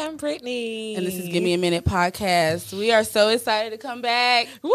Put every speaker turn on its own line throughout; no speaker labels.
I'm Brittany.
And this is Give Me a Minute podcast. We are so excited to come back.
Woo!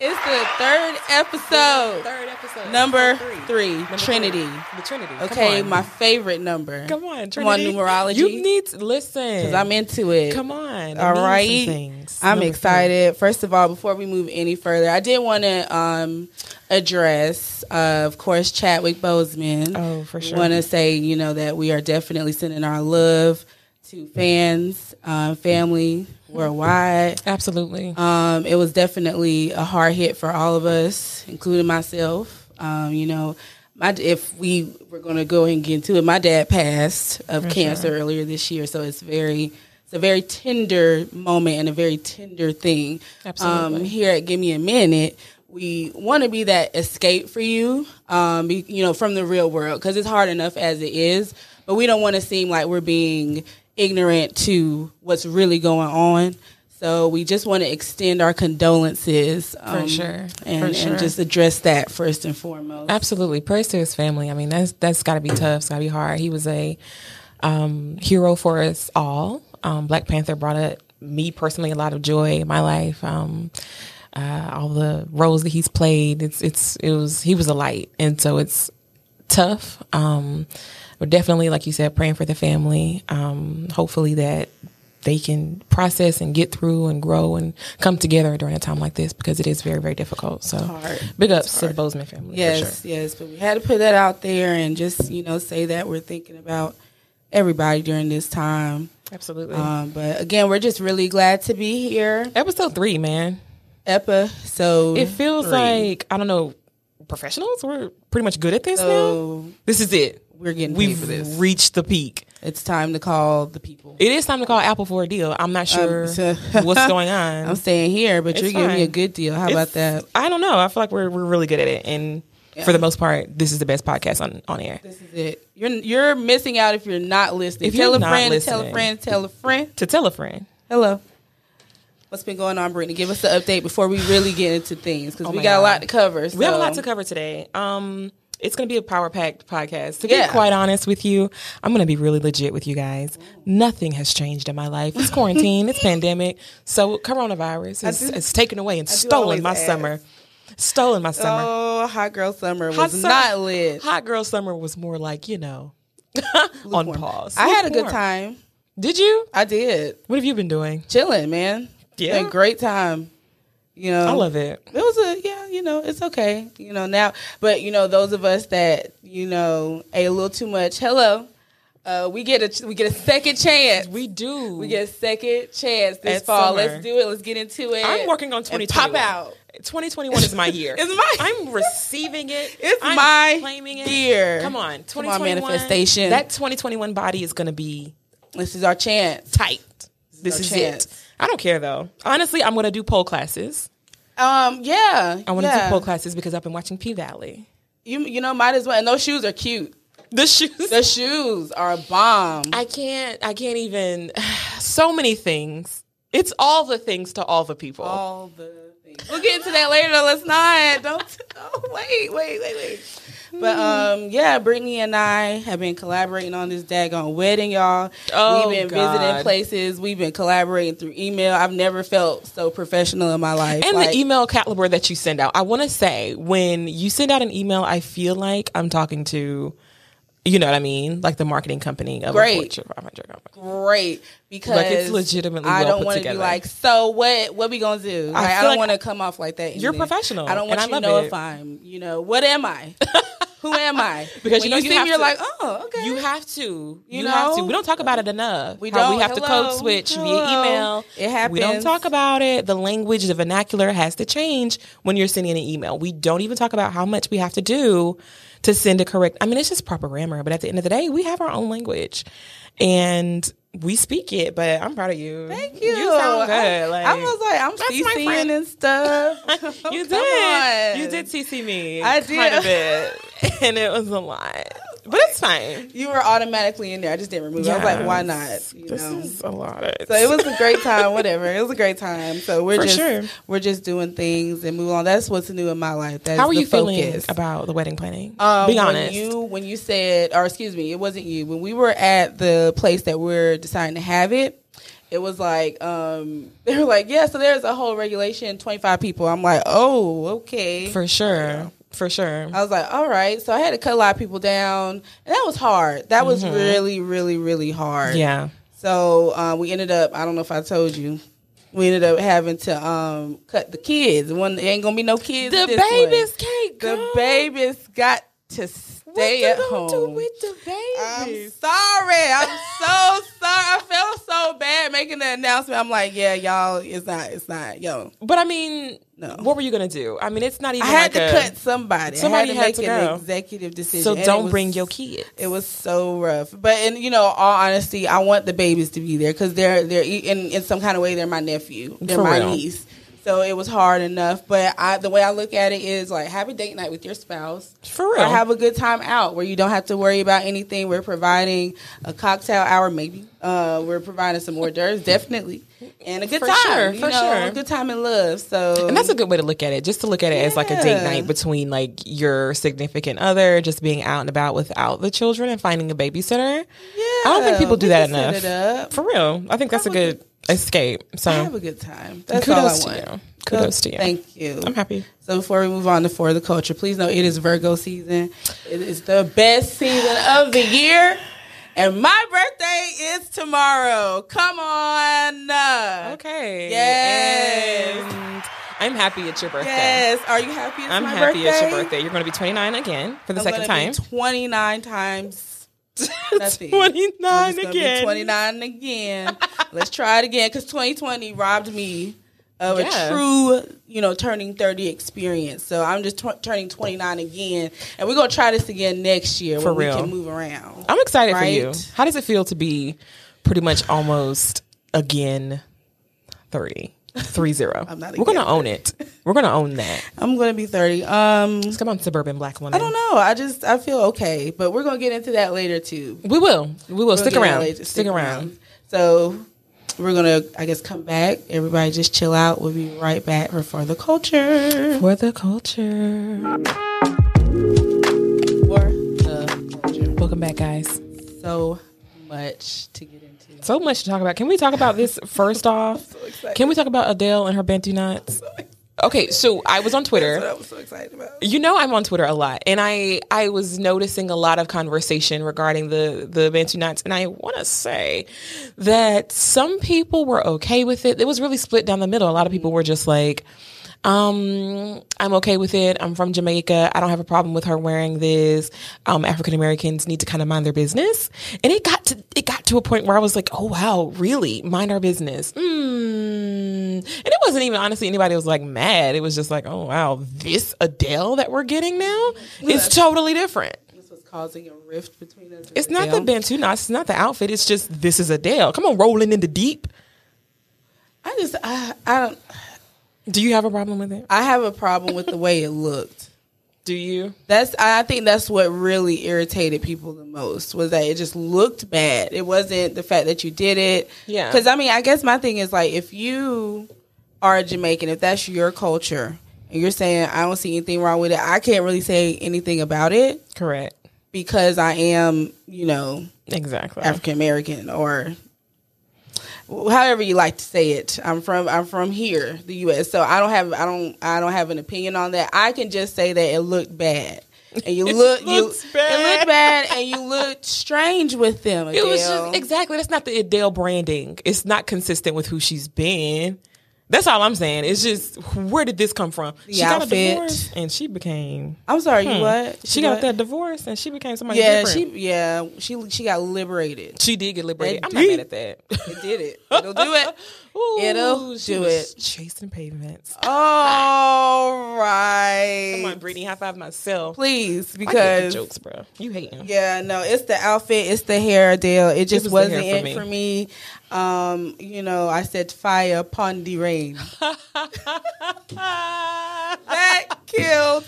It's the third episode.
Third episode.
Number
Episode
three,
Number
Trinity.
three. The Trinity. Come
Okay,
on.
my favorite number.
Come on,
Come on,
Trinity.
numerology.
You need to listen.
'Cause I'm into it.
Come on. It
All
means some
right.
things.
I'm
Number
excited. First of all, before we move any further, I did want to um, address, uh, of course, Chadwick Bozeman.
Oh, for sure.
Want to say, you know, that we are definitely sending our love to fans, um, family worldwide.
three. Absolutely.
Um, it was definitely a hard hit for all of us, including myself. Um, you know, my if we were going to go and get into it, my dad passed of cancer earlier this year, so it's very it's a very tender moment and a very tender thing. Um,
Absolutely.
here at Give Me a Minute, we want to be that escape for you, um, be- you know, from the real world because it's hard enough as it is, but we don't want to seem like we're being ignorant to what's really going on. So we just want to extend our condolences um,
sure. For
and, and
sure.
just address that first and foremost.
Absolutely. Praise to his family. I mean, that's that's got to be tough. It's got to be hard. He was a um, hero for us all. Um, Black Panther brought it, me personally a lot of joy in my life. Um, uh, all the roles that he's played, it's it's it was he was a light, and so it's tough. Um, but definitely, like you said, praying for the family. Um, hopefully that they can process and get through and grow and come together during a time like this because it is very very difficult. So
hard.
big ups to the Bozeman family. for sure.
Yes, yes, but we had to put that out there and just you know say that we're thinking about everybody during this time.
Absolutely.
Um, but again, we're just really glad to be here.
Episode three, man.
Epa. So
It feels
three.
like I don't know. Professionals, we're pretty much good at this
So-
now. This is it.
we're getting paid
We've
for this.
reached the peak.
It's time to call the people.
It is time to call Apple for a deal. I'm not sure
Um, so-
what's going on.
I'm staying here, but you're giving me a
fine.
good deal. How about that?
It's- I don't know. I feel like we're we're really good at it, and for the most part, this is the best podcast on on air.
This is it. You're you're missing out if you're not listening.
If
tell
you're
a
not
friend, tell a
listening.
friend, tell a friend.
To tell a friend,
Hello. What's been going on, Brittany? Give us the update before we really get into things because we
Oh my
got a
God.
lot to cover.
we have a lot
so-
to cover today. Um, it's going to be a power packed podcast. To
Yeah.
be quite honest with you, I'm going to be really legit with you guys. Nothing has changed in my life. It's quarantine. it's pandemic. So coronavirus is,
do-
is taken away and
always
stolen my
ask.
summer. Stolen my summer.
Oh, hot girl summer was
Hot sum-
not lit.
Hot girl summer was more like you know, on pause.
I had a good
Lukewarm.
time.
Did you?
I did
What have you been doing?
chilling, man.
Yeah.
Had a great time. You know,
I love it.
it was a yeah you know it's okay you know now but you know those of us that you know ate a little too much hello uh, we get a ch- we get a second chance
We do.
we get a second chance this
At
fall
summer.
let's do it let's get into it
I'm working on
and
2021.
pop out
2021 is my year.
It's my-
I'm receiving it.
It's
I'm
my
claiming it.
year.
Come on,
Come on,
2021
manifestation.
That 2021 body is going to be
this is our chance
tight. This
our
is
chance.
it. I don't care though. Honestly, I'm going to do pole classes.
um yeah
I want to
yeah.
do pole classes because I've been watching P Valley.
you you know might as well and those shoes are cute
The shoes.
the shoes are a bomb
I can't. I can't even. So many things. It's all the things to all the people.
all the things. We'll get into that later. though. Let's not. Don't. Oh, wait, wait, wait, wait. But um, yeah, Brittany and I have been collaborating on this daggone wedding, y'all.
Oh,
We've been visiting
God.
places. We've been collaborating through email. I've never felt so professional in my life.
And
Like,
the email caliber that you send out. I want to say when you send out an email, I feel like I'm talking to, you know what I mean, like the marketing company of
Great.
a Fortune 500 company.
great because
Like, it's legitimately
I
well
don't
put
wanna
together.
be like, so what? What we gonna do? Like, I,
feel
don't
like
want to come off like that. in
You're
this.
professional,
I don't want
and
you
I
to know
love
if
it.
I'm. You know what am I? Who am I?
Because
When
you know you
see
have
me, you're
to-
like, oh, okay.
You have to. You,
You
have to.
know?
We don't talk about it enough.
We
How
don't.
We have to
Hello.
code switch via
Hello.
email.
It happens.
We don't talk about it. The language, the vernacular has to change when you're sending an email. We don't even talk about how much we have to do to send a correct. I mean, it's just proper grammar. But at the end of the day, we have our own language, and we speak it. But I'm proud of you.
Thank you.
You sound good.
I,
like,
I was like, I'm
that's my
CCing
friend.
and stuff.
you
Come
did.
on.
You did CC me.
I
quite a
did.
bit, and it was a lot. But it's fine.
You were automatically in there. I just didn't remove. it. I was like, why not?
Yes.
You
this
know.
is a lot. Of,
so it was a great time. Whatever. It was a great time. So we're
For
just
sure.
we're just doing things and moving on. That's what's new in my life. That's
How are
the
you feeling
focus.
about the wedding planning?
Um,
Be
When
honest.
you when you said, or excuse me, it wasn't you. When we were at the place that we're deciding to have it, it was like um, they were like, yeah, so there's a whole regulation, 25 people. I'm like, oh, okay.
for sure, for sure.
I was like, all right. So I had to cut a lot of people down, and that was hard. That was really, really, really hard.
Mm-hmm. Yeah,
So uh, we ended up. I don't know if I told you. We ended up having to um, cut the kids. One there ain't gonna be no kids.
the
this one.
babies can't go.
The babies got to
What
stay
you
at
gonna
home.
do with the
I'm
babies?
sorry. I'm so sorry. I felt so bad making the announcement. I'm like, yeah, y'all, it's not, it's not, yo.
but I mean,
Um, No.
what were you gonna do? I mean, it's not even.
I had
like
to
a-
cut somebody.
somebody
I
had
had to
to
make an
go.
executive decision.
So
and it
don't
was-
bring your kids.
It was so rough, but in you know, all honesty, I want the babies to be there because they're they're e- in in some kind of way they're my nephew, they're
For
my
real.
niece. So it was hard enough, but I the way I look at it is like have a date night with your spouse.
For real.
Or have a good time out where you don't have to worry about anything. We're providing a cocktail hour, maybe. Uh, we're providing some hors d'oeuvres, definitely, and a good
For
time.
sure,
you
for
know,
sure.
a good time and love. So
and that's a good way to look at it. Just to look at it as like a date
Yeah.
night between like your significant other, just being out and about without the children and finding a babysitter.
yeah.
I don't think people do
we
that
can set it
enough.
up.
For real, I think that's a
Have a
good escape.
Have
So
a good time. That's
kudos
all I
to
want.
you. Kudos to you.
Thank you.
I'm happy.
So before we move on to for the culture, please know it is Virgo season. It is the best season of the year, and my birthday is tomorrow. Come on.
Okay.
Yes.
And I'm happy it's your birthday.
Yes. Are you happy? It's
I'm
my
happy
birthday?
it's your birthday. You're going to be 29 again for the
I'm
second
gonna
time.
be 29 times. nothing.
29
It's gonna be
again.
29 again. Let's try it again because 2020 robbed me of
Yeah.
a true, you know, turning 30 experience. So I'm just tw- turning 29 again, and we're gonna try this again next year
For
where
real.
we can move around.
I'm excited for you.
Right?
How does it feel to be pretty much almost again 30? 3 0.
not
We're going to
again
own it. We're going to own that.
I'm gonna be 30. Um,
Come on, suburban black woman.
I don't know. I just I feel okay, but we're gonna get into that later too.
We will. We will.
We'll
Stick
get
around.
related-
Stick, around.
So we're gonna, I guess, come back. Everybody, just chill out. We'll be right back for for the culture.
For the culture.
For the uh, culture.
Welcome back, guys.
So much to get into.
So much to talk about. Can we talk about this first off?
excited.
Can we talk about Adele and her Bantu nuts? Okay, so I was on Twitter.
That's what I was so excited about.
you know I'm on Twitter a lot, and I I was noticing a lot of conversation regarding the the Bantu knots, and I want to say that some people were okay with it. It was really split down the middle. A lot of people were just like. Um, I'm okay with it. I'm from Jamaica. I don't have a problem with her wearing this. Um, African Americans need to kind of mind their business. And it got to it got to a point where I was like, oh wow, really? Mind our business. Mm. And it wasn't even honestly anybody was like mad. It was just like, oh wow, this Adele that we're getting now is totally different.
This was causing a rift between us. and
It's not the
Adele.
Bantu knots. It's not the outfit. It's just this is Adele. Come on, rolling in the deep.
I just, I, I don't.
Do you have a problem with it?
I have a problem with the way it looked.
Do you?
That's I I think that's what really irritated people the most was that it just looked bad. It wasn't the fact that you did it.
Yeah.
Because I mean, I guess my thing is like if you are a Jamaican, if that's your culture, and you're saying I don't see anything wrong with it, I can't really say anything about it
Correct.
because I am, you know,
Exactly.
African American or however you like to say it. I'm from I'm from here, the US. So I don't have I don't I don't have an opinion on that. I can just say that it looked bad. And you look you
looks bad.
it looked bad and you looked strange with them.
It was just
exactly
exactly that's not the Adele branding. It's not consistent with who she's been. That's all I'm saying. It's just where did this come from? she got a
outfit.
divorce and she became
I'm sorry, you what?
Hmm. she got
what?
that divorce and she became somebody
Yeah,
different.
she yeah, she she got liberated.
She did get liberated.
That
I'm not mad at
It
that.
did it. It'll do it.
Ooh,
It'll
she
do
was
it.
Chasing pavements.
All right.
Come on, Brittany, high five myself.
Please,
I get the
because
jokes, bro. You hating.
Yeah, no, it's the outfit, it's the hair deal. It just
was
was
the
not
hair
it
for
for me. Um, you know, I said fire upon the rain.
Ah.
that killed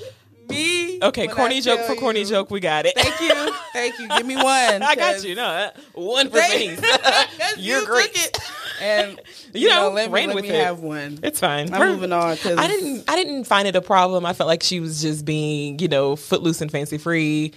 me.
Okay,
when I
corny joke
tell
for corny
you.
joke. We got it.
Thank you, thank you. Give me one.
I got
'cause
you. No, uh, one for
they-
pennies.
'cause
You're
you
great.
took it. and
You
you,
know,
know, let me,
ran
let
with
me
it.
have one.
It's fine.
I'm
We're-
moving on 'cause-
I didn't. I didn't find it a problem. I felt like she was just being, you know, footloose and fancy free.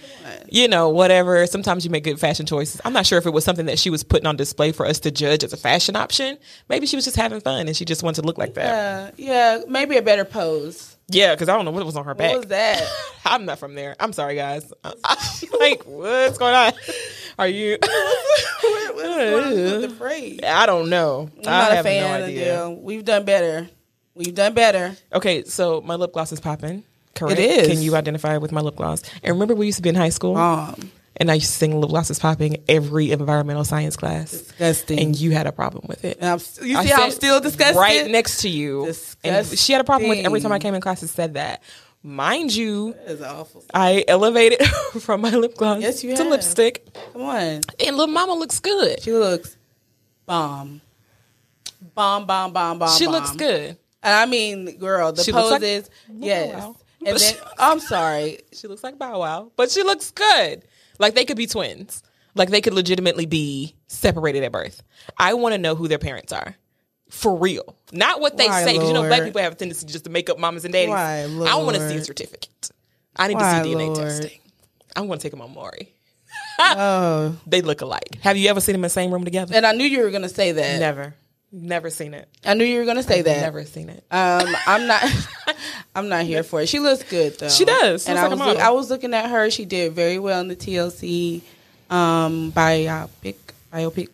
You know, whatever. Sometimes you make good fashion choices. I'm not sure if it was something that she was putting on display for us to judge as a fashion option. Maybe she was just having fun and she just wanted to look like that.
Uh, yeah, maybe a better pose.
Yeah, because I don't know what was on her
What
back.
was that?
I'm not from there. I'm sorry, guys. I- I'm like, what's going on? Are you?
what, what's going on with the phrase?
I don't know.
I'm not
I
a
have
fan
no
of
idea.
them. We've done better. We've done better.
Okay, so my lip gloss is popping. Correct.
It is.
Can you identify with my lip gloss? And remember, we used to be in high school,
Um,
and I used to sing "Lip Gloss is Popping" every environmental science class,
disgusting.
and you had a problem with it.
And I'm, s- you
I
see, how I'm
sat
still disgusted.
Right next to you, and she had a problem with every time I
Disgusting.
came in class. It said that, mind you,
That is awful.
I elevated from my lip gloss
Yes, you
to
have.
lipstick,
Come on,
and little mama looks good.
she looks bomb, bomb, bomb, bomb, bomb.
She looks
bomb.
good.
And I mean, girl, the
She looks like-
poses. yes.
Wow.
And
But
then
she-
I'm sorry.
She looks like Bow Wow, but she looks good. Like they could be twins. Like they could legitimately be separated at birth. I want to know who their parents are. For real. Not what they
Why,
say. Because you know, black
Lord?
people have a tendency just to make up mamas and daddies.
Why,
I want to see a
Lord?
certificate. I need
Why,
to see DNA
Lord?
testing. I'm going to take them on Maury.
Oh,
They look alike. Have you ever seen them in the same room together?
and I knew you were gonna say that.
Never. Never seen it.
I knew you were gonna say that.
Never seen it.
Um, I'm not. I'm not here for it. She looks good though.
She does. She
and
looks like a
I was
model.
I was looking at her. She did very well in the TLC um, biopic. Biopic.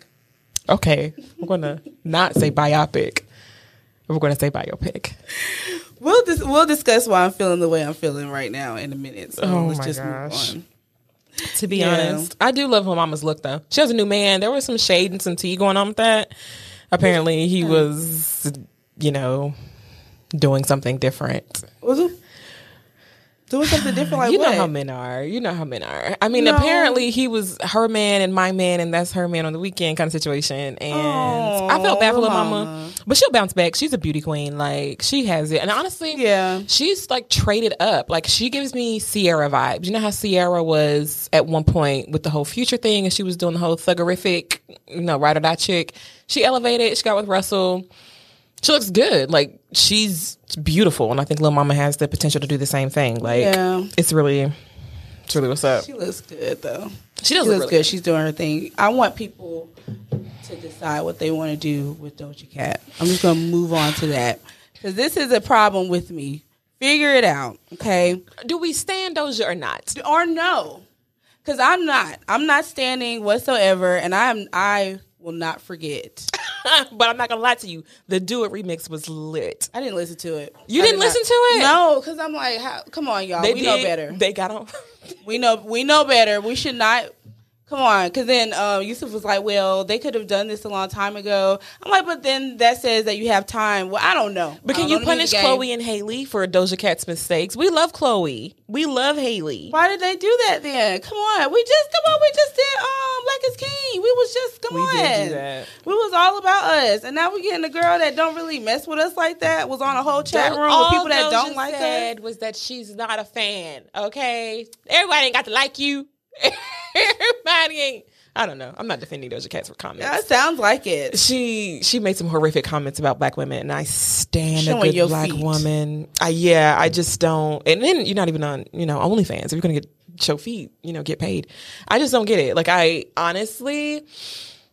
Okay. We're going to not say biopic. We're going to say biopic.
We'll dis- we'll discuss why I'm feeling the way I'm feeling right now in a minute. So
Oh,
let's
my
just
gosh.
move on.
To be
Yeah.
honest, I do love her mama's look though. She has a new man. There was some shade and some tea going on with that. Apparently, he was, you know, doing something different.
Was it doing something different? Like
you
what?
know how men are. You know how men are. I mean,
No.
apparently, he was her man and my man, and that's her man on the weekend kind of situation. And I felt bad for
Aw,
little mama.
mama.
but she'll bounce back. She's a beauty queen. Like she has it. And honestly,
Yeah.
she's like traded up. Like she gives me Sierra vibes. You know how Sierra was at one point with the whole future thing, and she was doing the whole thuggerific, you know, ride or die chick. She elevated. She got with Russell. She looks good. Like she's beautiful, and I think Lil Mama has the potential to do the same thing. Like
Yeah.
it's really, it's really what's up.
She looks good though.
She does
She
look
looks
really
good. She's doing her thing. I want people to decide what they want to do with Doja Cat. I'm just gonna move on to that because this is a problem with me. Figure it out, okay?
Do we stand Doja or not?
Or no, because I'm not. I'm not standing whatsoever, and I am. I will not forget.
but I'm not gonna lie to you. The Do It remix was lit.
I didn't listen to it.
You
I
didn't
did not-
listen to it?
No, because I'm like, how, come on, y'all. Oh, we know
did-
better.
They got on.
We know we know better. We should not. Come on, because then uh, Yusuf was like, "Well, they could have done this a long time ago." I'm like, "But then that says that you have time." Well, I don't know.
But
I
can
don't
you
know the
punish
music game.
Chloe and Haley for Doja Cat's mistakes? We love Chloe. We love Haley.
Why did they do that then? Come on, we just come on. We just did um Black is King. We was just come
We
on.
did do that.
We was all about us, and now we getting a girl that don't really mess with us like that. Was on a whole chat
That-
room
all
with people that
Doja
don't like her.
said was that she's not a fan. Okay, everybody ain't got to like you. everybody ain't. I don't know. I'm not defending Doja Cat's for comments.
That sounds like it.
she she made some horrific comments about black women, and I stand
Showing
a good
your
black
feet.
woman. I, yeah, I just don't. And then you're not even on, you know, OnlyFans. If you're gonna get show feet, you know, get paid. I just don't get it. Like I honestly,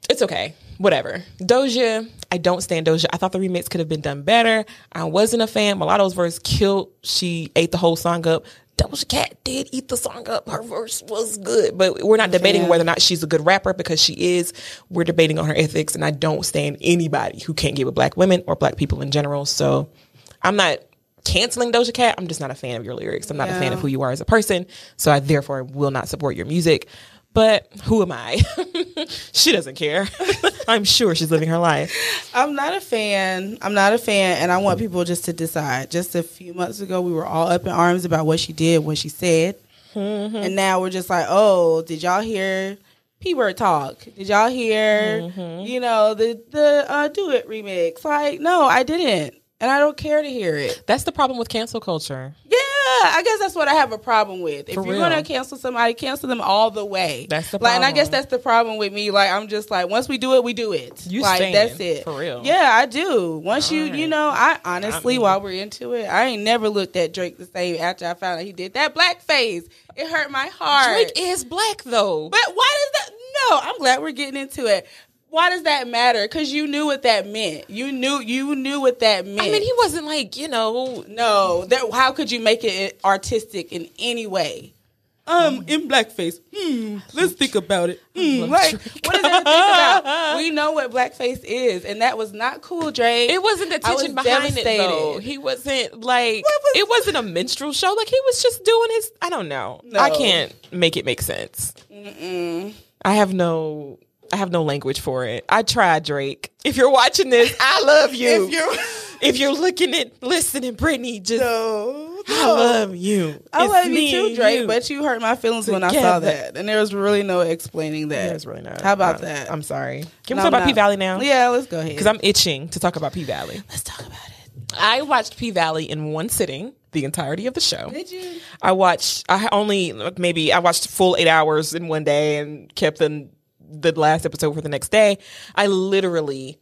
it's okay. Whatever. Doja, I don't stand Doja. I thought the remix could have been done better. I wasn't a fan. Mulatto's verse killed. She ate the whole song up. Doja Cat did eat the song up. Her verse was good, but we're not debating
Yeah.
whether or not she's a good rapper because she is. We're debating on her ethics, and I don't stand anybody who can't get with black women or black people in general. So I'm not canceling Doja Cat. I'm just not a fan of your lyrics. I'm not a fan
Yeah.
of who you are as a person. So I therefore will not support your music. But who am I? she doesn't care. I'm sure she's living her life.
I'm not a fan. I'm not a fan, and I want people just to decide. Just a few months ago, we were all up in arms about what she did, what she said, and now we're just like, oh, did y'all hear P word talk? Did y'all Mm-hmm. hear, you know, the the uh, do it remix? Like, no, I didn't. and I don't care to hear it.
That's the problem with cancel culture.
Yeah, I guess that's what I have a problem with. If
For
you're
real.
gonna cancel somebody, cancel them all the way.
That's the
like, and I
problem.
guess that's the problem with me. Like, I'm just like, once we do it, we do it.
You
like
staying,
that's it
for real.
Yeah, I do. Once you, you
Alright.
know, I honestly,
I mean-
while we're into it, I ain't never looked at Drake the same after I found out he did that blackface. It hurt my heart.
Drake is black though.
But why does that? No, I'm glad we're getting into it. Why does that matter? Because you knew what that meant. You knew you knew what that meant.
I mean, he wasn't like you know.
no. That, how could you make it artistic in any way? Um, in blackface. Hmm. Let's think about it. Hmm. Like, what is that to think about? We know what blackface is, and that was not cool, Drake.
It wasn't the
I was
tension behind it though.
devastated.
He wasn't like
What was-
it wasn't a minstrel show. Like he was just doing his. I don't know. I
No.
can't make it make sense. I have no. I have no language for it. I tried, Drake. If you're watching this, I love you.
If you're-
If you're looking at listening, Brittany, just
No,
I love you.
I
It's
love you
me
too,
and
Drake,
you.
but you hurt my feelings when I saw
Together.
that. And there was really no explaining that.
That's really not.
How about
I'm-
that?
I'm sorry. Can we
No,
talk about
no.
P Valley now?
Yeah, let's go ahead.
Because I'm itching to talk about P Valley.
let's talk about it.
I watched P Valley in one sitting, the entirety of the show.
Did you?
I watched. I only like, maybe I watched full eight hours in one day and kept the the last episode for the next day. I literally,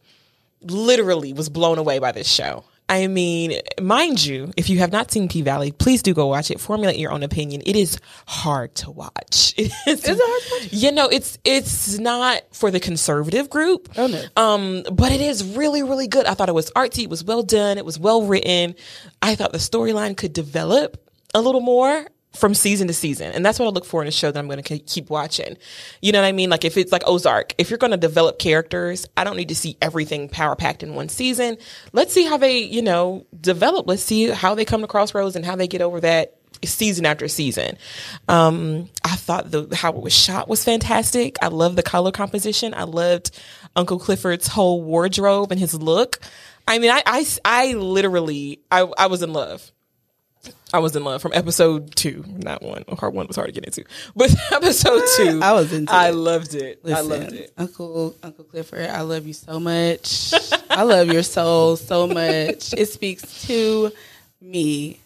literally was blown away by this show. I mean, mind you, if you have not seen P Valley, please do go watch it. Formulate your own opinion. It is hard to watch. It is,
it hard to watch?
You know, it's it's not for the conservative group.
Oh, no.
Um, but it is really, really good. I thought it was artsy. It was well done. It was well written. I thought the storyline could develop a little more from season to season. And that's what I look for in a show that I'm going to keep watching. You know what I mean? Like if it's like Ozark, if you're going to develop characters, I don't need to see everything power packed in one season. Let's see how they, you know, develop. Let's see how they come to crossroads and how they get over that season after season. Um, I thought the how it was shot was fantastic. I loved the color composition. I loved Uncle Clifford's whole wardrobe and his look. I mean, I I, I literally I, I was in love. I was in love from episode two, not one. Oh, Part one was hard to get into, but episode two,
I was into
I
it.
loved it. I loved
Listen,
it.
Uncle Uncle Clifford, I love you so much. I love your soul so much. It speaks to me.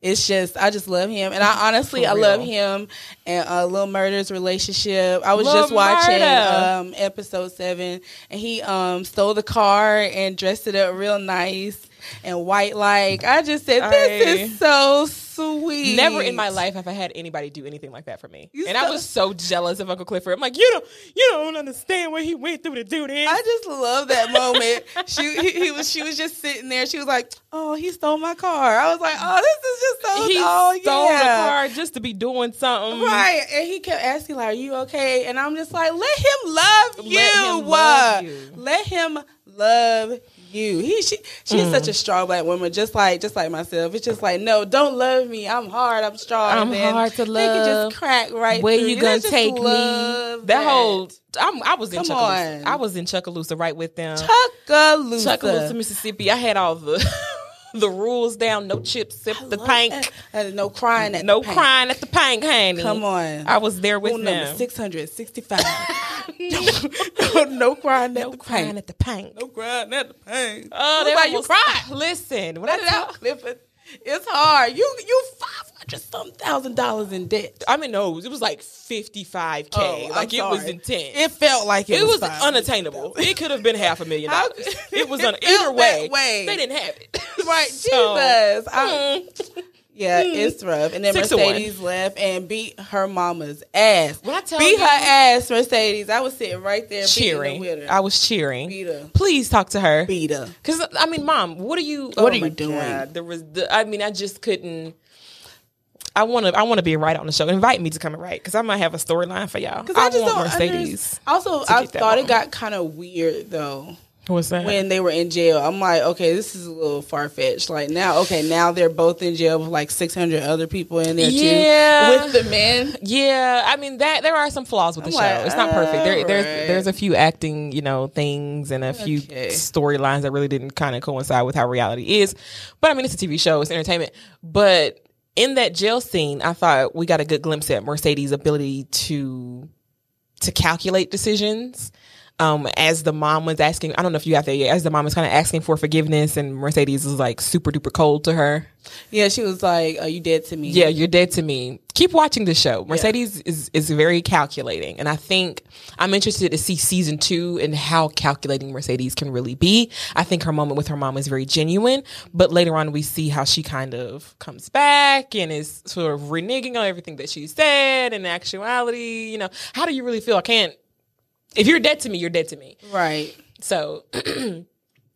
It's just I just love him, and I honestly I
real.
love him and uh, Lil Murder's relationship. I was
Lil
just watching
Murda.
um, episode seven, and he um, stole the car and dressed it up real nice and white like. I just said this
I-
is so sweet.
Never in my life have I had anybody do anything like that for me.
You
and
so-
I was so jealous of Uncle Clifford. I'm like, you don't, you don't understand what he went through to do this.
I just love that moment. she he, he was she was just sitting there. She was like, "Oh, he stole my car." I was like, "Oh, this is just so."
he
oh,
stole
yeah.
the car just to be doing something.
Right, and he kept asking, like, "Are you okay?" And I'm just like, "Let him love you.
Let him love you.
Let him love you." He, she, she's such
Mm.
a strong black woman, just like, just like myself. It's just like, no, don't love me. I'm hard. I'm strong.
I'm
and
hard to
They can
love.
just crack right.
Where
through
you gonna
Let's just
take me?
love
That, whole I'm, I was in
Come
Chuckaloosa.
on.
I was in Chuckaloosa right with them.
Chuckaloosa.
Chuckaloosa, Mississippi. I had all the the rules down. No chips, sip the
Love
pink.
that. And no crying at
No
the pink.
crying at the pink, honey.
Come on.
I was there with
Rule number
them.
665. no, no crying at
No
the
crying
pain.
at the pink.
No crying at the pain.
Oh,
Look
that
why
was-
you cried.
Listen, when I
Let it out, Clifford. It's hard. You you five hundred some thousand dollars in debt.
I mean, no, it was like 55K.
Oh, I'm
like, it was
sorry.
intense.
It felt like it,
It was
five.
unattainable. It could have been half a million
How-
dollars. It was
It
un- either
felt
way,
that way.
They didn't have it.
Right,
So,
Jesus. I-
mm.
yeah, it's rough. And then
Six to one.
Mercedes left and beat her mama's ass.
When I tell
beat
you-
her ass, Mercedes. I was sitting right there cheering. With
cheering.
her.
I was cheering.
Beat her.
Please talk to her.
beat her.
Because I mean, mom, what are you? What
are you doing?
There was. The, I mean, I just couldn't. I want to. I want to be a writer on the show. Invite me to come and write because I might have a storyline for y'all. I, want Mercedes.
underst- Also, I
get that
thought it
long.
got kind of weird though
What's that?
when they were in jail. I'm like, okay, this is a little far fetched. Like now, okay, now they're both in jail with like 600 other people in there
Yeah.
too with the men.
Yeah, I mean that there are some flaws with the
I'm like,
show. It's not perfect. There,
alright.
There's there's a few acting, you know, things and a few
Okay.
storylines that really didn't kind of coincide with how reality is. But I mean, it's a TV show. It's entertainment. But in that jail scene, I thought we got a good glimpse at Mercedes' ability to to calculate decisions. um, as the mom was asking, I don't know if you got there yet, as the mom was kind of asking for forgiveness, and Mercedes was like super duper cold to her.
Yeah, she was like, "Are you dead to me?"
Yeah, you're dead to me. Keep watching the show. Mercedes is, is very calculating. And I think I'm interested to see season two and how calculating Mercedes can really be. I think her moment with her mom is very genuine, but later on we see how she kind of comes back and is sort of reneging on everything that she said in actuality. You know, how do you really feel? I can't, if you're dead to me, you're dead to me.
Right.
So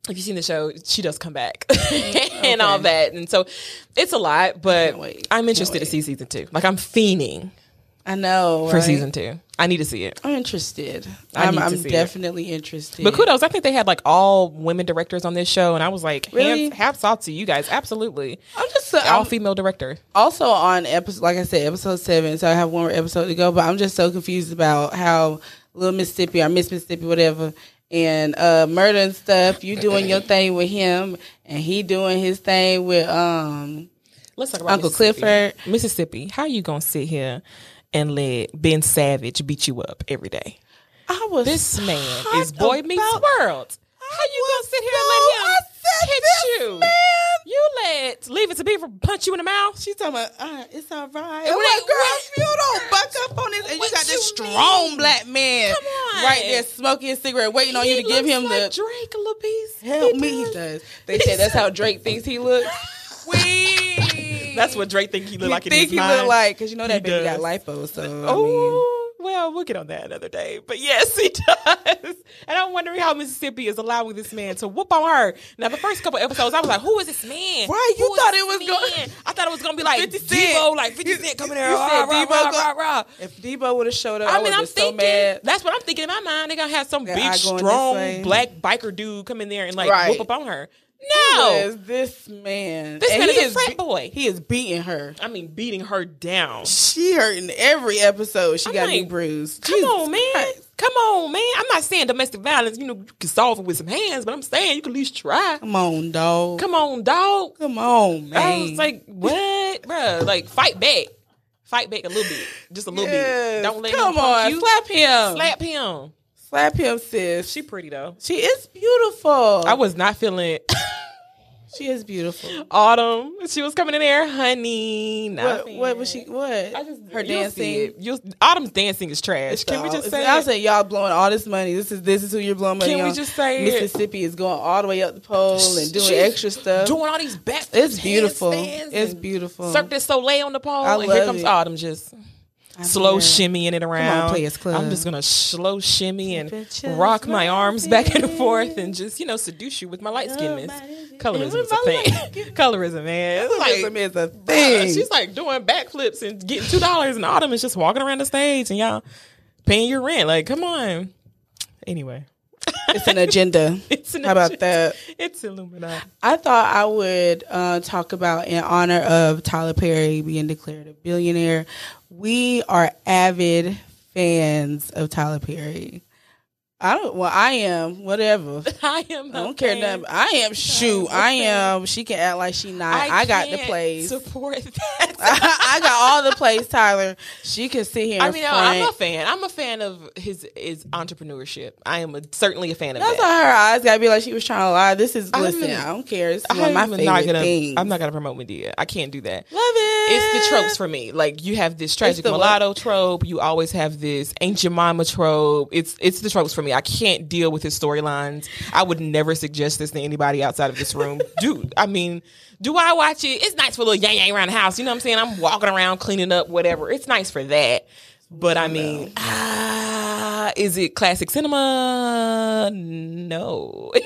if you've seen the show, she does come back and all that. And so it's a lot, but
Mm, wait.
I'm interested to see season two. Like I'm fiending
I know.
for
right?
season two. I need to see it.
I'm interested.
I
I'm,
need to
I'm
see it.
definitely interested.
But kudos, I think they had like all women directors on this show, and I was like,
Really?
hands, hats off to you guys, absolutely.
I'm just so,
All
I'm
female director.
also on episode, like I said, episode seven. So I have one more episode to go. But I'm just so confused about how Little Mississippi or Miss Mississippi, whatever, and uh, murder and stuff. You doing your thing with him, and he doing his thing with um.
Let's talk about
Uncle
Mississippi.
Clifford.
Mississippi. How you gonna sit here and let Ben Savage beat you up every day?
I was
This man
hot
is boy meets
about-
world. How you gonna sit here and let him hit you? You let leave it to Beaver punch you in the mouth. She
She's talking about uh, it's all right.
Wait,
I'm like, girl,
what?
if you don't buck up on this, and you
What
got this
you
strong
mean?
black man
Come on.
right there smoking a cigarette, waiting on you to give him the
Drake a little piece.
help me. He does. They said that's how Drake thinks he looks. We.
That's what Drake think he look
you
like. in
think
his
he
mind.
look like because you know that
He
baby
does.
got lipo. So I
Oh well, we'll get on that another day. But yes, he does. And I'm wondering how Mississippi is allowing this man to whoop on her. Now, the first couple episodes, I was like, "Who is this man?"
Right, you
Who is
thought
this
it was
man?
gonna-
I thought it was gonna be like
50
50
Cent.
Debo, like 50
You-
Cent coming
you
in. Rah,
said
rah,
Debo
rah,
go-
rah, rah.
mean, if Debo would have showed up, I,
I
would
mean, I'm
have so
thinking
mad.
that's what I'm thinking in my mind. They're gonna have some
Yeah,
big,
I going this way.
strong black biker dude come in there and like
Right.
whoop up on her.
He
No,
was this man?
This
And
man
he
is a frat boy.
He is beating her.
I mean beating her down.
She hurting every episode. She
I'm
got me
like,
bruised.
Come
Jesus
on, man.
Christ.
Come on, man. I'm not saying domestic violence, you know, you can solve it with some hands, but I'm saying you can at least try.
Come on, dog.
Come on, dog.
Come on, man.
I was like, what, bruh? Like, fight back, fight back a little bit, just a little
Yes.
bit. Don't let
Come
him punk
on,
you.
slap him. Slap,
Slap him.
him, sis.
She
She
pretty though.
she is beautiful.
I was not feeling
she is beautiful.
autumn. She was coming in there, honey. Not a
What,
fan.
what was she? What?
I just,
Her
you'll
dancing.
see it. You'll, autumn's dancing is trash. Can we
So,
just
it's-
say?
I
it?
said y'all blowing all this money. This is this is who you're blowing money
Can we
on.
just say it?
Mississippi is going all the way up the pole and doing
She's
extra stuff.
doing all these back.
it's beautiful.
handstands
It's
and
beautiful.
Cirque du Soleil on the pole,
I
and here
love
comes
it.
Autumn just
I'm
slow
here.
shimmying it around.
Players Club.
I'm just gonna slow shimmy and
Keep it
rock my
just
arms
moving.
back and forth, and just you know seduce you with my light skinness.
Nobody's-
Colorism is a thing.
Everybody's
Colorism, man. It's like,
Colorism is a
bruh,
thing.
She's like doing backflips and getting two dollars, and Autumn is just walking around the stage, and y'all paying your rent. Like, come on. Anyway,
It's an agenda.
it's an
How about that?
It's Illuminati.
I thought I would uh, talk about in honor of Tyler Perry being declared a billionaire. We are avid fans of Tyler Perry. I don't. Well, I am. Whatever.
I am.
I don't care nothing. I am. Shoot. I am. She can act like she not. I, got the
can't
plays.
Support that.
I got all the plays, Tyler. She can sit here.
I
in
mean,
front.
I'm a fan. I'm a fan of his his entrepreneurship. I am a, certainly a fan of
That's
that.
why her eyes gotta be like she was trying to lie. This is
I'm-
listen. I don't care. It's
I'm
one of my
not
favorite
gonna.
things.
I'm not gonna promote Medea. I can't do
love
that.
it.
It's the tropes for me. Like you have this tragic
the what?
mulatto trope. You always have this ancient mama trope. It's it's the tropes for me. I can't deal with his storylines. I would never suggest this to anybody outside of this room, dude. I mean, do I watch it? It's nice for a little yang yang around the house. You know what I'm saying? I'm walking around cleaning up, whatever. It's nice for that. But I mean, ah, is it classic cinema? No.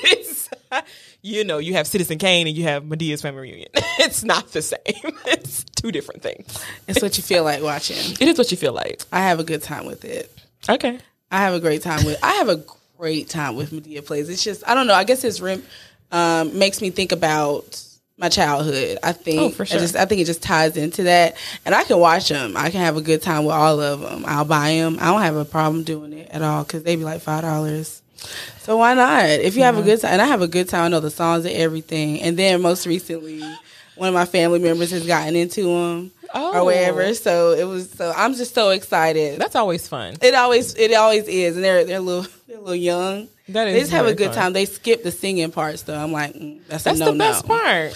It's, you know, you have Citizen Kane and you have Medea's Family Reunion. It's not the same. It's two different things.
It's what you feel like watching.
It is what you feel like.
I have a good time with it.
Okay.
I have a great time with. I have a great time with Medea plays. It's just I don't know. I guess his rim um, makes me think about my childhood. I think.
Oh, for
I, just,
sure.
I think it just ties into that, and I can watch them. I can have a good time with all of them. I'll buy them. I don't have a problem doing it at all because they be like five dollars. So why not? If you have a good time, and I have a good time. I know the songs and everything. And then most recently, one of my family members has gotten into them or
Oh.
whatever. So it was. So I'm just so excited.
That's always fun.
It always it always is, and they're they're little they're little young.
That
they
is
just have a
very
good
fun.
time. They skip the singing parts though. I'm like, mm, that's,
That's
a no
the best
no.
part.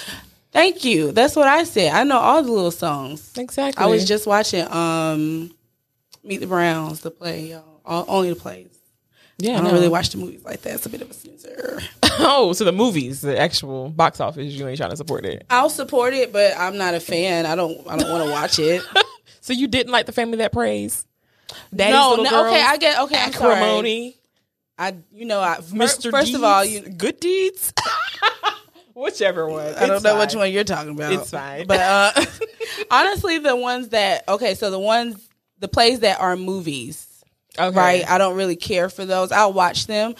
Thank you. That's what I said. I know all the little songs.
Exactly.
I was just watching um, Meet the Browns, the play, y'all. All, only the plays.
yeah.
I don't
no.
really watch the movies like that. It's a bit of a snoozer.
Oh, so the movies, the actual box office, you ain't trying to support it.
I'll support it, but I'm not a fan. I don't. I don't want to watch it.
So you didn't like the family that prays? Daddy's
no,
little
no.
girls,
Okay, I get. Okay, I'm sorry.
acrimony,
I, you know, I fir-
Mr.
First of all,
Deeds,
you.
good deeds, whichever one.
I don't
It's
know which
fine.
one you're talking about.
It's fine.
But uh, honestly, the ones that okay, so the ones, the plays that are movies,
Okay.
right? I don't really care for those. I'll watch them.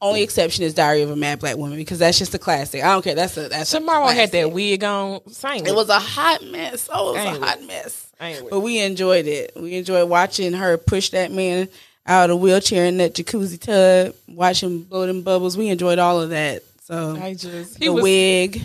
Only exception is Diary of a Mad Black Woman because that's just a classic. I don't care. That's a that's. a
Tomorrow had
classic.
that wig on. Same.
It was a hot mess. Oh, it was
Ain't
a hot mess.
I ain't with
But we enjoyed it. We enjoyed watching her push that man out of the wheelchair in that jacuzzi tub, watch him blow them bubbles. We enjoyed all of that. So
I just
the wig.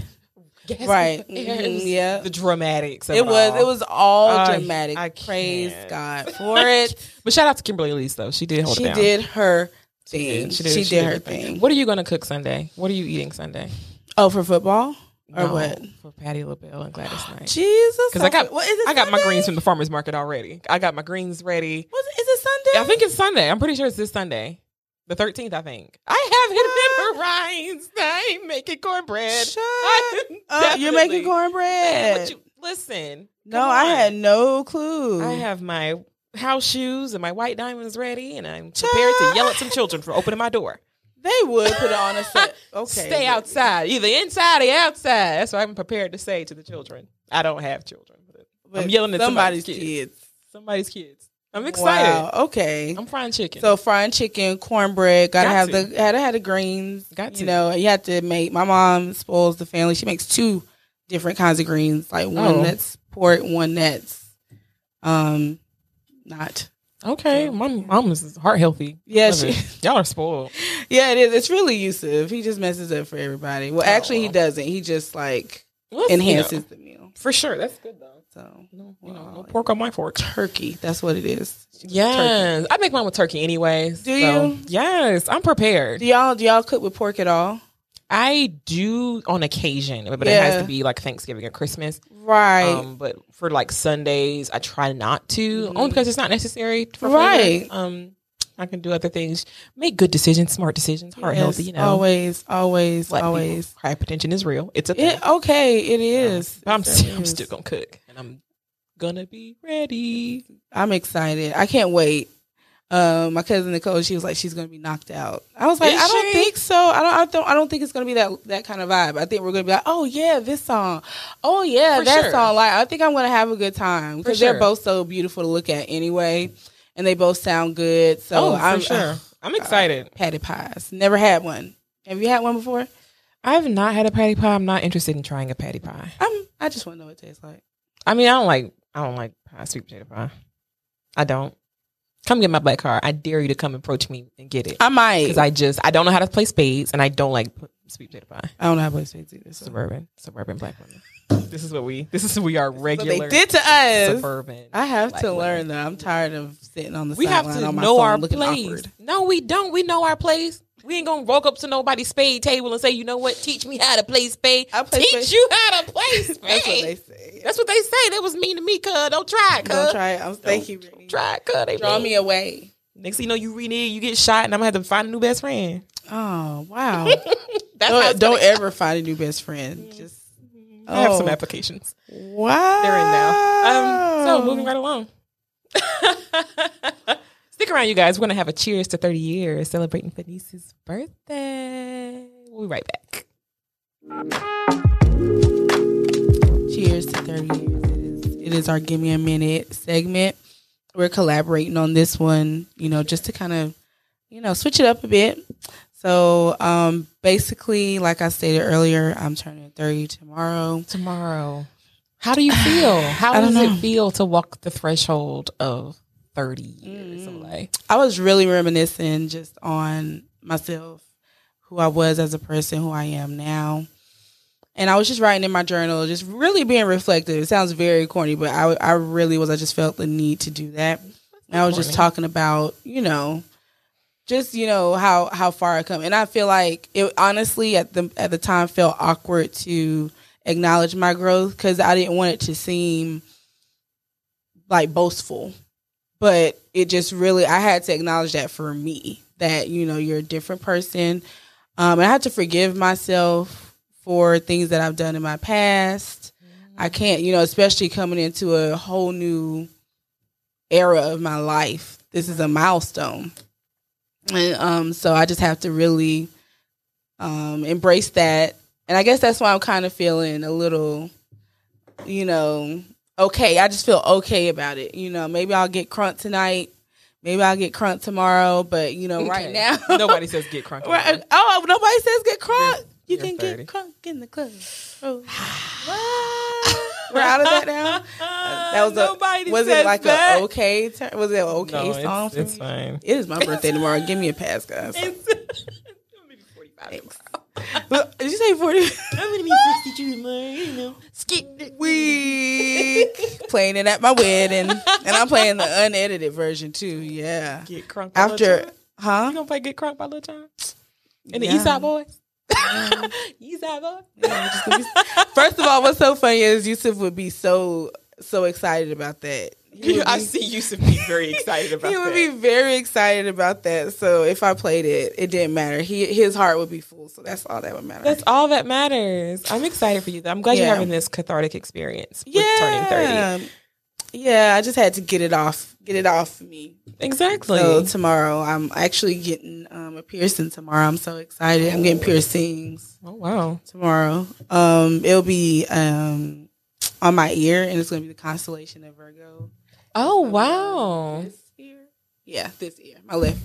gasping
right.
for air. It
Mhm,
was
yeah.
the dramatics. Of
It was
all.
it was all
I-
dramatic.
I
Praise
can't.
God for it.
But shout out to Kimberly Elise though. She did hold
she
it down.
did her thing. She did, her thing.
What are you gonna cook Sunday? What are you eating Sunday?
Oh, for football or
No,
what?
For Patty LaBelle and Gladys Knight.
Jesus,
Because I got
what, is it
I got my
Sunday?
greens from the farmers market already. I got my greens ready.
Was it, is it Sunday?
I think it's Sunday. I'm pretty sure it's this Sunday. The 13th, I think. I have it memorized. I ain't making cornbread.
Shut
I
Uh, you're
definitely-
making
Man,
cornbread.
what you- listen.
no,
come
I
on.
had no clue.
I have my house shoes and my white diamonds ready, and I'm prepared to yell at some children for opening my door.
They would put it on a set. Okay,
Stay outside, either inside or outside. That's what I'm prepared to say to the children. I don't have children. But
But
I'm yelling at somebody's, kids.
kids.
Somebody's kids. I'm excited.
Wow. Okay.
I'm frying chicken.
So frying chicken, cornbread. Gotta
Got
have
to.
the gotta have the greens.
Got to.
You know, you have to make. My mom spoils the family. She makes two different kinds of greens. Like one
Oh.
that's port, one that's um not.
okay, my mom is heart healthy.
Yeah,
Love
she-
it. y'all are spoiled.
Yeah, it is. It's really Yusuf. He just messes up for everybody. Well,
Oh,
actually, he
well.
doesn't. He just like
Well, that's, you
enhances
know,
the meal.
for sure. That's good though.
So
No, you know,
Wow.
no pork on my fork.
turkey. That's what it is.
Yes, I make mine with turkey anyways.
Do
so-
you?
Yes, I'm prepared.
Do y'all do y'all cook with pork at all?
I do on occasion, but it
Yeah.
has to be like Thanksgiving or Christmas.
Right.
Um, but for like Sundays, I try not to,
Mhm.
only because it's not necessary. For
Right.
flavor. Um, I can do other things. Make good decisions, smart decisions, heart
Yes,
healthy. You know,
Always, always,
Black people,
always.
hypertension is real. It's a thing. Um,
It, okay, it is.
But I'm,
It
still, I'm
is.
still gonna cook, and I'm gonna be ready.
I'm excited. I can't wait. Um, my cousin Nicole, she was like, she's gonna be knocked out. I was like,
Is
I don't
she?
think so. I don't. I don't. I don't think it's gonna be that that kind of vibe. I think we're gonna be like, oh yeah, this song. Oh yeah,
For
that
sure.
song. Like, I think I'm gonna have a good time because
sure.
they're both so beautiful to look at anyway, and they both sound good. So
oh,
I'm
for sure. I'm excited.
patty pies. Never had one. Have you had one before?
I've not had a patty pie. I'm not interested in trying a patty pie.
I'm. I just want to know what it tastes like.
I mean, I don't like I don't like pie, sweet potato pie. I don't. Come get my black card. I dare you to come approach me and get it
I might.
because I just I don't know how to play spades and I don't like p- sweet potato pie.
I don't know how to play spades either. So.
Suburban, suburban black women. This is what we. This is we are
What
regular
they did to us.
suburban.
I have
black
to
women.
learn though. I'm tired of sitting on the
We have
sideline
to
on my
know
phone
our
looking
place.
awkward.
No, we don't. We know our place. We ain't gonna walk up to nobody's spade table and say, you know what? Teach me how to play spade.
I play
Teach
spade.
you how to play spade.
That's what they say.
That's what they say. That was mean to me, cuz. Don't try, cuz.
Don't try it. I'm, thank you. Brittany.
Try, cuz. They
Draw
mean.
me away.
Next thing you know, you renege, you get shot, and I'm gonna have to find a new best friend.
Oh wow!
That's
Uh,
how
don't
it's gonna-
don't ever find a new best friend. Just
I have some
oh.
applications.
wow.
They're in now. Um,
Oh.
so moving right along. Stick around, you guys. We're gonna have a cheers to 30 years celebrating Fenice's birthday. We'll be right back.
Cheers to 30 years. It is, it is our Give Me a Minute segment. We're collaborating on this one, you know, just to kind of, you know, switch it up a bit. So um, basically, like I stated earlier, I'm turning 30 tomorrow.
Tomorrow. How do you feel? How
I don't
does
know.
it feel to walk the threshold of 30 years
Mm.
away?
I was really reminiscing just on myself, who I was as a person, who I am now. And I was just writing in my journal, just really being reflective. It sounds very corny, but I, I really was. I just felt the need to do that. And I was just
Corny.
talking about, you know, just you know how how far I come, and I feel like it honestly at the at the time felt awkward to acknowledge my growth because I didn't want it to seem like boastful, but it just really I had to acknowledge that for me that you know you're a different person, um, and I had to forgive myself for things that I've done in my past. I can't you know especially coming into a whole new era of my life. This is a milestone and um, so I just have to really um, embrace that. And I guess that's why I'm kind of feeling a little, you know, okay. I just feel okay about it. You know, maybe I'll get crunk tonight. Maybe I'll get crunk tomorrow. But you know, right now,
Nobody says get crunk.
Right- oh, nobody says get crunk. You
you're
can
30.
get crunk in the club. Oh. What? We're out of that now. That was
Nobody
a. Was
says
it like
that.
a okay? Ter- was it an okay
No,
song?
it's,
for
it's
me?
fine.
It is my birthday tomorrow. Give me a pass, guys.
It's maybe 45
Look, uh, Did you say 40?
I'm gonna be 62 tomorrow, you know. Ah! Skip.
Week. playing it at my wedding. And I'm playing the unedited version too. Yeah.
Get crunk by Lil
After,
Jon. You
huh?
gonna play Get Crunk by Lil Jon? And
Yeah.
the East Side Boys? East Side Boys?
First of all, what's so funny is Yusuf would be so, so excited about that. He would
I
be-
see Yusuf be very excited about
he would
that.
be very excited about that. So if I played it, it didn't matter. He his heart would be full. So that's all that would matter.
That's all that matters. I'm excited for you. though. I'm glad
Yeah.
you're having this cathartic experience with turning 30.
Yeah, I just had to get it off, get it off me.
Exactly.
So tomorrow, I'm actually getting um, a piercing tomorrow. I'm so excited. I'm getting piercings
oh, wow.
tomorrow. Um, it'll be um, on my ear, and it's going to be the constellation of Virgo.
Oh, wow.
This ear, yeah, this ear, my left,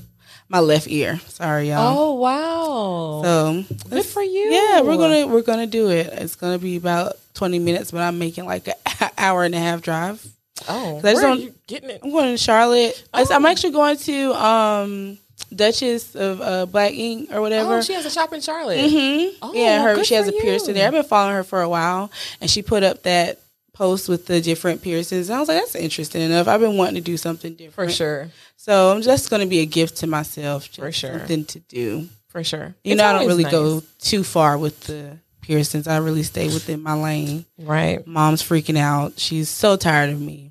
my left ear. Sorry, y'all.
Oh, wow.
So
Good for you.
yeah, we're gonna we're gonna do it. It's gonna be about 20 minutes, but I'm making like an hour and a half drive.
Oh,
I just
where are
don't-
you getting it?
I'm going to Charlotte. I- I'm
Oh.
actually going to um, Duchess of uh, Black Ink or whatever.
Oh, she has a shop in Charlotte.
hmm
Oh,
yeah,
well,
her
good
she has a
for
piercing
you.
there. I've been following her for a while, and she put up that post with the different piercings. And I was like, that's interesting enough. I've been wanting to do something
For
different,
sure.
So I'm just going to be a gift to myself, just
For sure.
something to do.
For sure.
You
It's
know, I don't
always
really
nice.
go too far with the piercings. I really stay within my lane.
Right.
Mom's freaking out. She's so tired of me.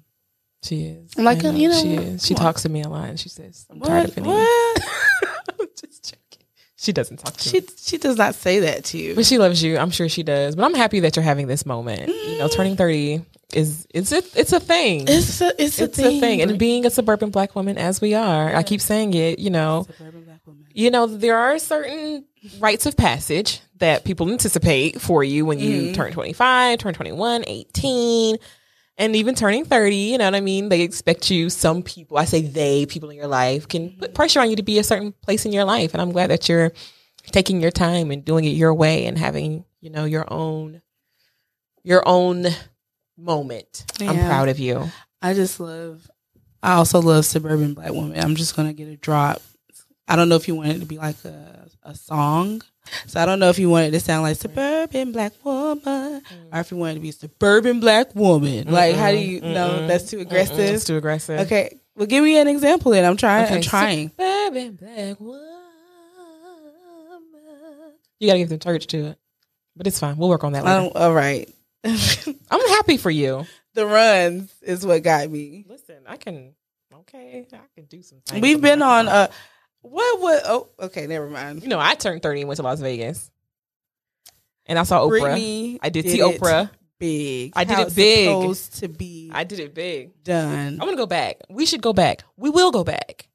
She is.
I'm like,
I
you know,
she is. She
come on.
talks to me a lot and she says, I'm tired of
What?
it.
What?
I'm just joking. She doesn't talk to me.
She she does not say that to you.
But she loves you. I'm sure she does. But I'm happy that you're having this moment. You know, turning 30 is it's a it's a thing. It's,
Mm. It's a it's,
a, thing. And being a suburban black woman as we are, I keep saying it, you know.
suburban black woman.
You know, there are certain rites of passage that people anticipate for you when you
Mm-hmm.
turn 25, turn 21, 18, and even turning 30, you know what I mean? They expect you, some people, I say they, people in your life, can
Mm-hmm.
put pressure on you to be a certain place in your life. And I'm glad that you're taking your time and doing it your way and having, you know, your own, your own moment. I'm
Yeah.
proud of you.
I just love. I also love suburban black woman. I'm just gonna get a drop. I don't know if you want it to be like a a song, so I don't know if you want it to sound like suburban black woman, or if you want it to be suburban black woman. like, how do you know that's too aggressive?
It's too aggressive.
Okay, well, give me an example. Then I'm trying. I'm
so-
trying.
Baby, black woman. You gotta give the church to it, but it's fine. We'll work on that
I
later.
don't, all right. the
I'm happy for you.
runs is what got me.
Listen, I can. Okay, I can do some.
We've been on uh what would oh okay, never mind.
You know, I turned thirty and went to Las Vegas, and I saw Oprah.
Britney
I did,
did
see
it
Oprah.
Big.
I did
How
it
it's
big.
Supposed to be
I did it big.
done.
I want to go back. We should go back. We will go back.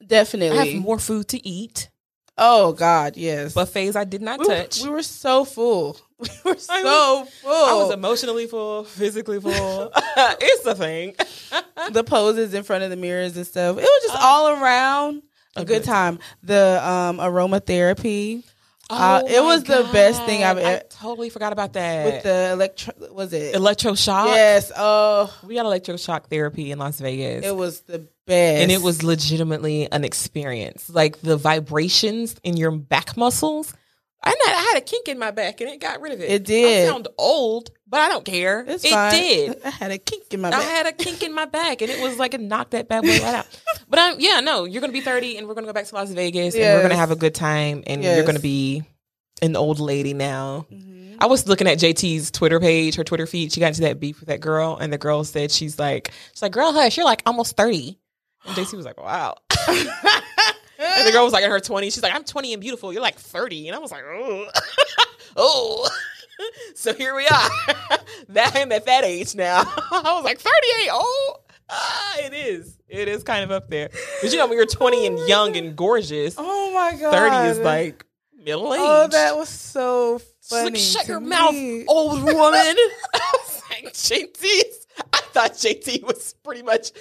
I have
Definitely.
more food to eat.
Oh God, yes.
Buffets I did not
we, were-
touch.
we were so full. We were so
I was-
full.
I was emotionally full, physically full. it's a thing.
the poses in front of the mirrors and stuff. It was just
Oh.
all around a, good,
good
time. The um aromatherapy Uh, it
Oh my
was the best thing I've
I
e-
totally forgot about that.
with the electro was it?
electroshock.
yes. Oh,
We got electroshock therapy in Las Vegas.
it was the best.
and it was legitimately an experience. Like the vibrations in your back muscles I know I had a kink in my back and it got rid of it.
It did.
I sound old, but I don't care.
It's
it
fine.
did.
I had a kink in my
I
back.
had a kink in my back and it was like it knocked that bad boy right out. But I'm yeah, no, you're gonna be 30 and we're gonna go back to Las Vegas and we're
Yes.
gonna have a good time and you're
Yes.
gonna be an old lady now.
Mhm.
I was looking at JT's Twitter page, her Twitter feed. She got into that beef with that girl, and the girl said she's like, she's like, girl, hush, you're like almost thirty. And JT was like, wow. and the girl was like in her twenties. She's like, I'm twenty and beautiful. You're like thirty, and I was like, oh, oh. so here we are. that I'm at that age now. I was like, thirty ain't old. Ah, it is. It is kind of up there. But you know, when you're 20
Oh
and
my
young and gorgeous,
Oh my god.
30 is like middle age.
Oh, that was so
She's like,
funny.
shut
to
your
me.
mouth, oh, old woman. I was like, JT's. I thought JT was pretty much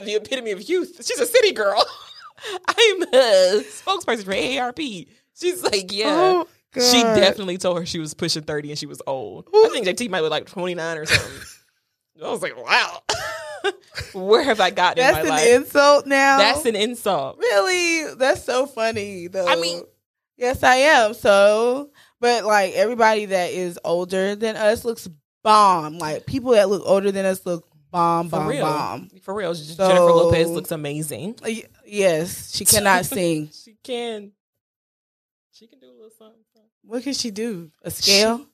the epitome of youth. She's a city girl. I'm a spokesperson for AARP. She's like, yeah.
Oh,
she
God.
definitely told her she was pushing 30 and she was old. I think JT might be like 29 or something. I was like, wow. Where have I gotten
That's
in
an
my life?
insult now.
That's an insult.
really. That's so funny though.
I mean-
yes, I am. So, but like everybody that is older than us looks bomb. Like people that look older than us look bomb,
For
bomb,
real.
bomb.
For real. Jennifer
So-
Lopez looks amazing.
Uh, y- Yes, she cannot sing.
She can. She can do a little something.
What can she do? A scale?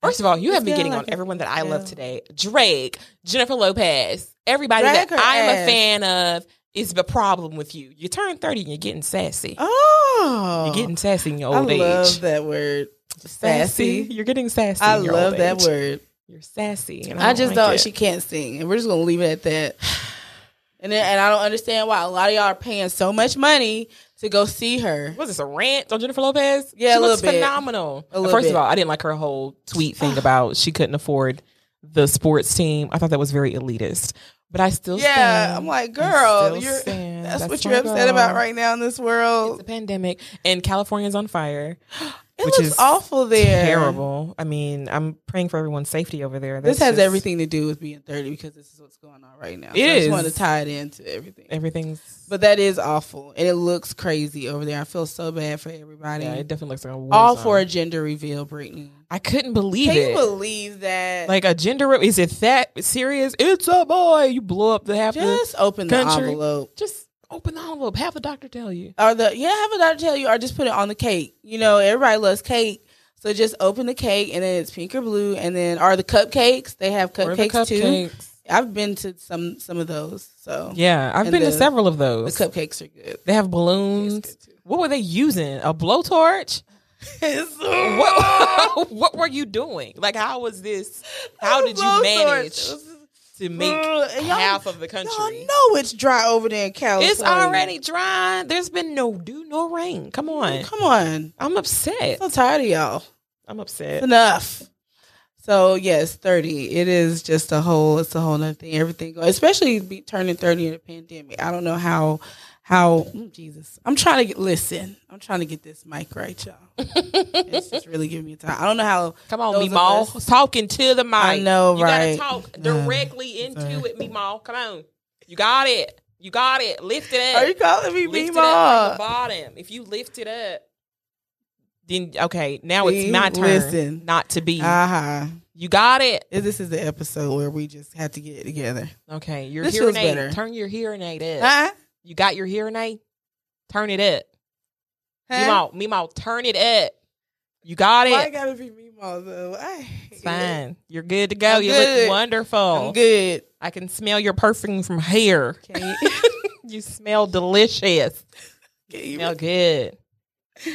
First of all, you
It's
have been
kinda
getting
like
on
a-
everyone that I love
yeah.
today. Drake, Jennifer Lopez, everybody
Drag
that
her
I am a
ass.
fan of is the problem with you. You turn 30 and you're getting sassy.
Oh,
You're getting sassy in your
I
old age.
love that word. Sassy.
You're getting sassy.
I
in your
love
old
that
age.
word.
You're sassy. And I,
I just
like
don't.
it.
She can't sing, and we're just gonna leave it at that. And then, and I don't understand why a lot of y'all are paying so much money to go see her.
was this a rant on Jennifer Lopez?
Yeah,
she
a little
looks
bit.
phenomenal.
A little
First of
bit.
all, I didn't like her whole tweet thing about she couldn't afford the sports team. I thought that was very elitist. But I still
Yeah,
stand.
I'm like,
I
girl,
still
you're
stand.
that's, what
my
you're upset
girl.
about right now in this
It's
world.
a pandemic, and California's on fire.
It
which
looks
is
awful there.
Terrible. I mean, I'm praying for everyone's safety over there.
This
That's
has
just-
everything to do with being dirty because this is what's going on right now.
It
so I
is.
just want to tie it into everything.
Everything's.
But that is awful, and it looks crazy over there. I feel so bad for everybody.
Yeah, it definitely looks like a war
All
zone.
for a gender reveal, Brittany.
I couldn't believe
Can
it.
you believe that?
like a gender re- is it that serious? It's a boy. You blow up the half. the,
just open the
country.
envelope.
just open the envelope. Have the doctor tell you.
or the yeah, have a doctor tell you, or just put it on the cake. You know, everybody loves cake, so just open the cake and then it's pink or blue, and then or the cupcakes. They have
Or the
cupcakes too.
cupcakes.
I've been to some some of those, so
Yeah, I've
And
been to
the-
several of
the
those.
cupcakes are good.
they have balloons.
It's good, too.
What were they using? A blowtorch? What What were you doing? Like, how was this? How did you manage to make
Ugh, y'all-
half of the
Y'all
country?
know it's dry over there in California.
It's already dry. There's been no dew, no rain. Come on,
Come on,
I'm upset.
I'm so tired of y'all.
I'm upset.
enough. So yes, thirty. It is just a whole. It's a whole other thing. Everything, go- especially be turning thirty in a pandemic. I don't know how. How mm, Jesus? I'm trying to get, listen. I'm trying to get this mic right, y'all. it's just really giving me time. I don't know how.
Come on,
those of
Meemaw.
us-
Talking to the mic.
I know,
you
Oh, right?
gotta talk
Yeah.
directly into
Sorry.
it, Meemaw. Come on, you got it. You got it. Lift it up.
Are you calling me
lift it up from the
Mima?
bottom. If you lift it up, then okay, now it's
See?
my turn
Listen.
not to be.
Uh huh.
you got it.
This is the episode where we just had to get it together.
Okay, your
This
hearing
feels
aid.
better.
Turn your hearing aid up.
Huh?
You got your hearing aid. Turn it up.
Huh?
Meemaw, Meemaw, turn it up. You got
Why it
it.
gotta be Mima though? I hate
It's
it.
fine. You're good to go.
I'm
you look
good.
wonderful.
I'm good.
I can smell your perfume from here.
Can
You smell delicious.
you,
You
can you
smell good.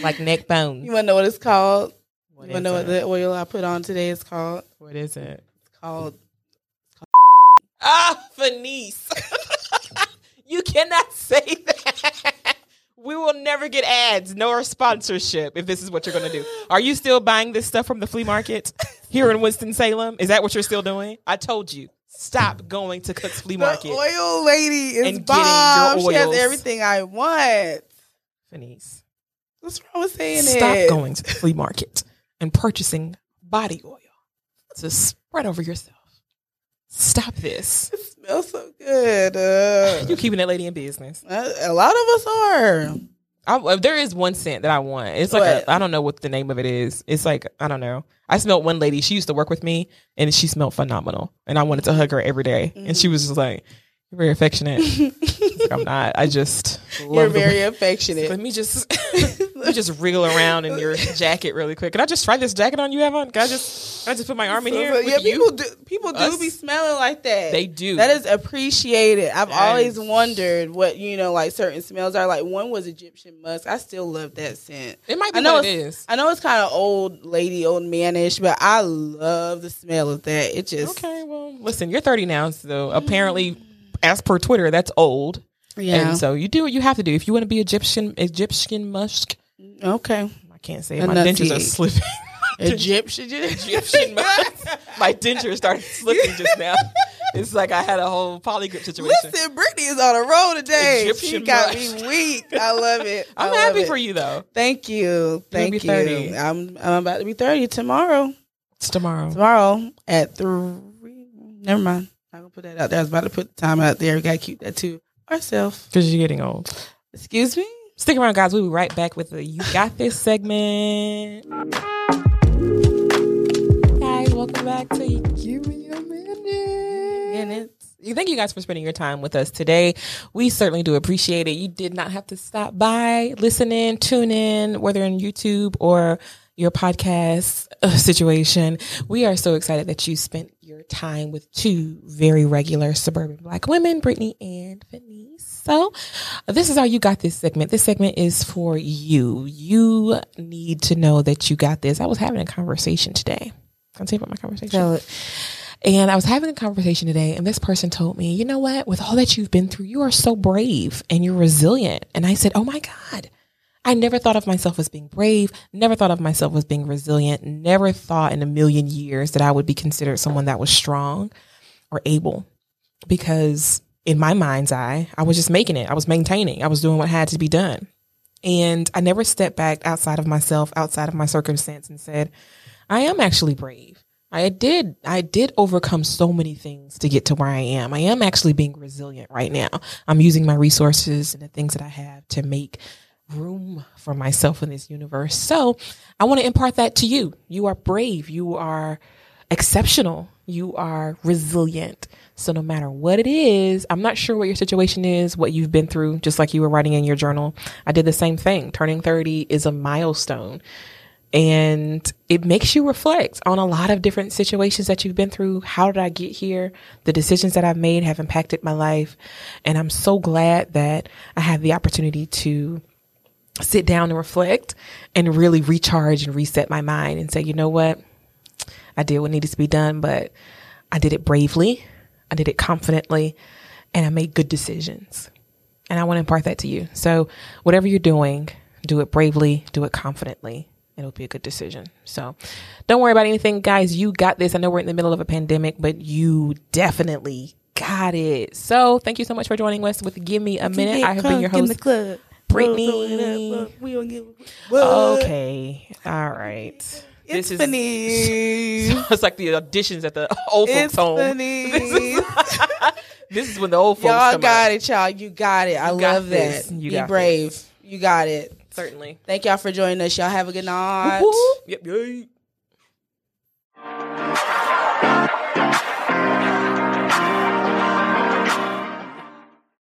Like neck bones.
You want to know what it's called?
What
you want
is
to know what
it?
the oil I put on today is called?
What is it?
It's called.
Ah, Fenice. you cannot say that. We will never get ads nor sponsorship if this is what you're going to do. Are you still buying this stuff from the flea market here in Winston-Salem? Is that what you're still doing? I told you. Stop going to Cook's Flea Market.
The oil lady is
And getting your
bomb. She has
oils.
everything I want.
Fenice.
What's wrong with saying
Stop
it?
going to the flea market and purchasing body oil to spread over yourself. Stop this.
It smells so good. Uh,
You're keeping that lady in business.
a a lot of us are.
I, there is one scent that I want. It's like I
What?
I don't know what the name of it is. It's like I don't know. I smelled one lady. She used to work with me, and she smelled phenomenal. And I wanted to hug her every day. and she was just like, "You're very affectionate." Like, I'm not. I just love
You're
the way-
very affectionate.
Let me just let me just wriggle around in your jacket really quick. Can I just try this jacket on you have on? Can I just can I just put my arm in here?
So,
with
yeah,
you?
people do. People
Us?
do be smelling like that.
They do.
That is appreciated. I've
That
always
is-
wondered what you know, like certain smells are. Like one was Egyptian musk. I still love that scent.
It might
I
be
know
what it
it's-
is.
I know it's kind of old lady, old manish, but I love the smell of that. It just
Okay, well, listen, you're 30 now, so apparently, as per Twitter, that's old.
yeah.
And so you do what you have to do if you want to be Egyptian. Egyptian musk.
okay,
I can't say it. my
Enunciate.
dentures are slipping.
Egyptian Egyptian
Egyptian musk. My dentures started slipping just now. It's like I had a whole polygrip situation.
Listen, Brittany is on a roll today. she
Egyptian
got
musk.
me weak. I love it.
I'm
I love
happy
it.
for you though.
Thank you. Thank
be
you.
30.
I'm I'm about to be thirty tomorrow.
It's tomorrow.
tomorrow at three. Never mind. I'm gonna put that out there. I was about to put the time out there. We gotta keep that to ourselves.
Because you're getting old.
Excuse me.
Stick around, guys. We'll be right back with the You Got This segment. Guys, welcome back to Give Me a Minute.
And it's
Thank you guys for spending your time with us today. We certainly do appreciate it. You did not have to stop by, listen in, tune in, whether in YouTube or your podcast uh, situation. We are so excited that you spent your time with two very regular suburban black women, Brittany and Venice. So, this is how you got this segment. This segment is for you. You need to know that you got this. I was having a conversation today. I'll tell you about my conversation. And I was having a conversation today, and this person told me, you know what? With all that you've been through, you are so brave and you're resilient. And I said, oh my God. I never thought of myself as being brave, never thought of myself as being resilient, never thought in a million years that I would be considered someone that was strong or able. Because in my mind's eye, I was just making it, I was maintaining, I was doing what had to be done. And I never stepped back outside of myself, outside of my circumstance, and said, I am actually brave. I did I did overcome so many things to get to where I am. I am actually being resilient right now. I'm using my resources and the things that I have to make room for myself in this universe. So, I want to impart that to you. You are brave. You are exceptional. You are resilient. So no matter what it is, I'm not sure what your situation is, what you've been through, just like you were writing in your journal. I did the same thing. Turning 30 is a milestone and it makes you reflect on a lot of different situations that you've been through. How did I get here? The decisions that I've made have impacted my life. And I'm so glad that I had the opportunity to sit down and reflect and really recharge and reset my mind and say, you know what? I did what needed to be done, but I did it bravely. I did it confidently and I made good decisions. And I want to impart that to you. So whatever you're doing, do it bravely, do it confidently. It'll be a good decision. So don't worry about anything, guys. You got this. I know we're in the middle of a pandemic, but you definitely got it. So thank you so much for joining us with Give Me a Minute. I have been your host.
club.
Brittany. Oh,
We don't give.
Okay. All right.
It's
this is-
funny.
it's like the auditions at the old folks
It's
home.
funny.
This is, this is when the old folks
Y'all
come
got
out.
it, y'all. You got it. I
You got
love that.
this. You
Be
got
brave. You got it.
Certainly.
Thank y'all for joining us. Y'all have a good night.
Whoop, whoop. Yep, yep.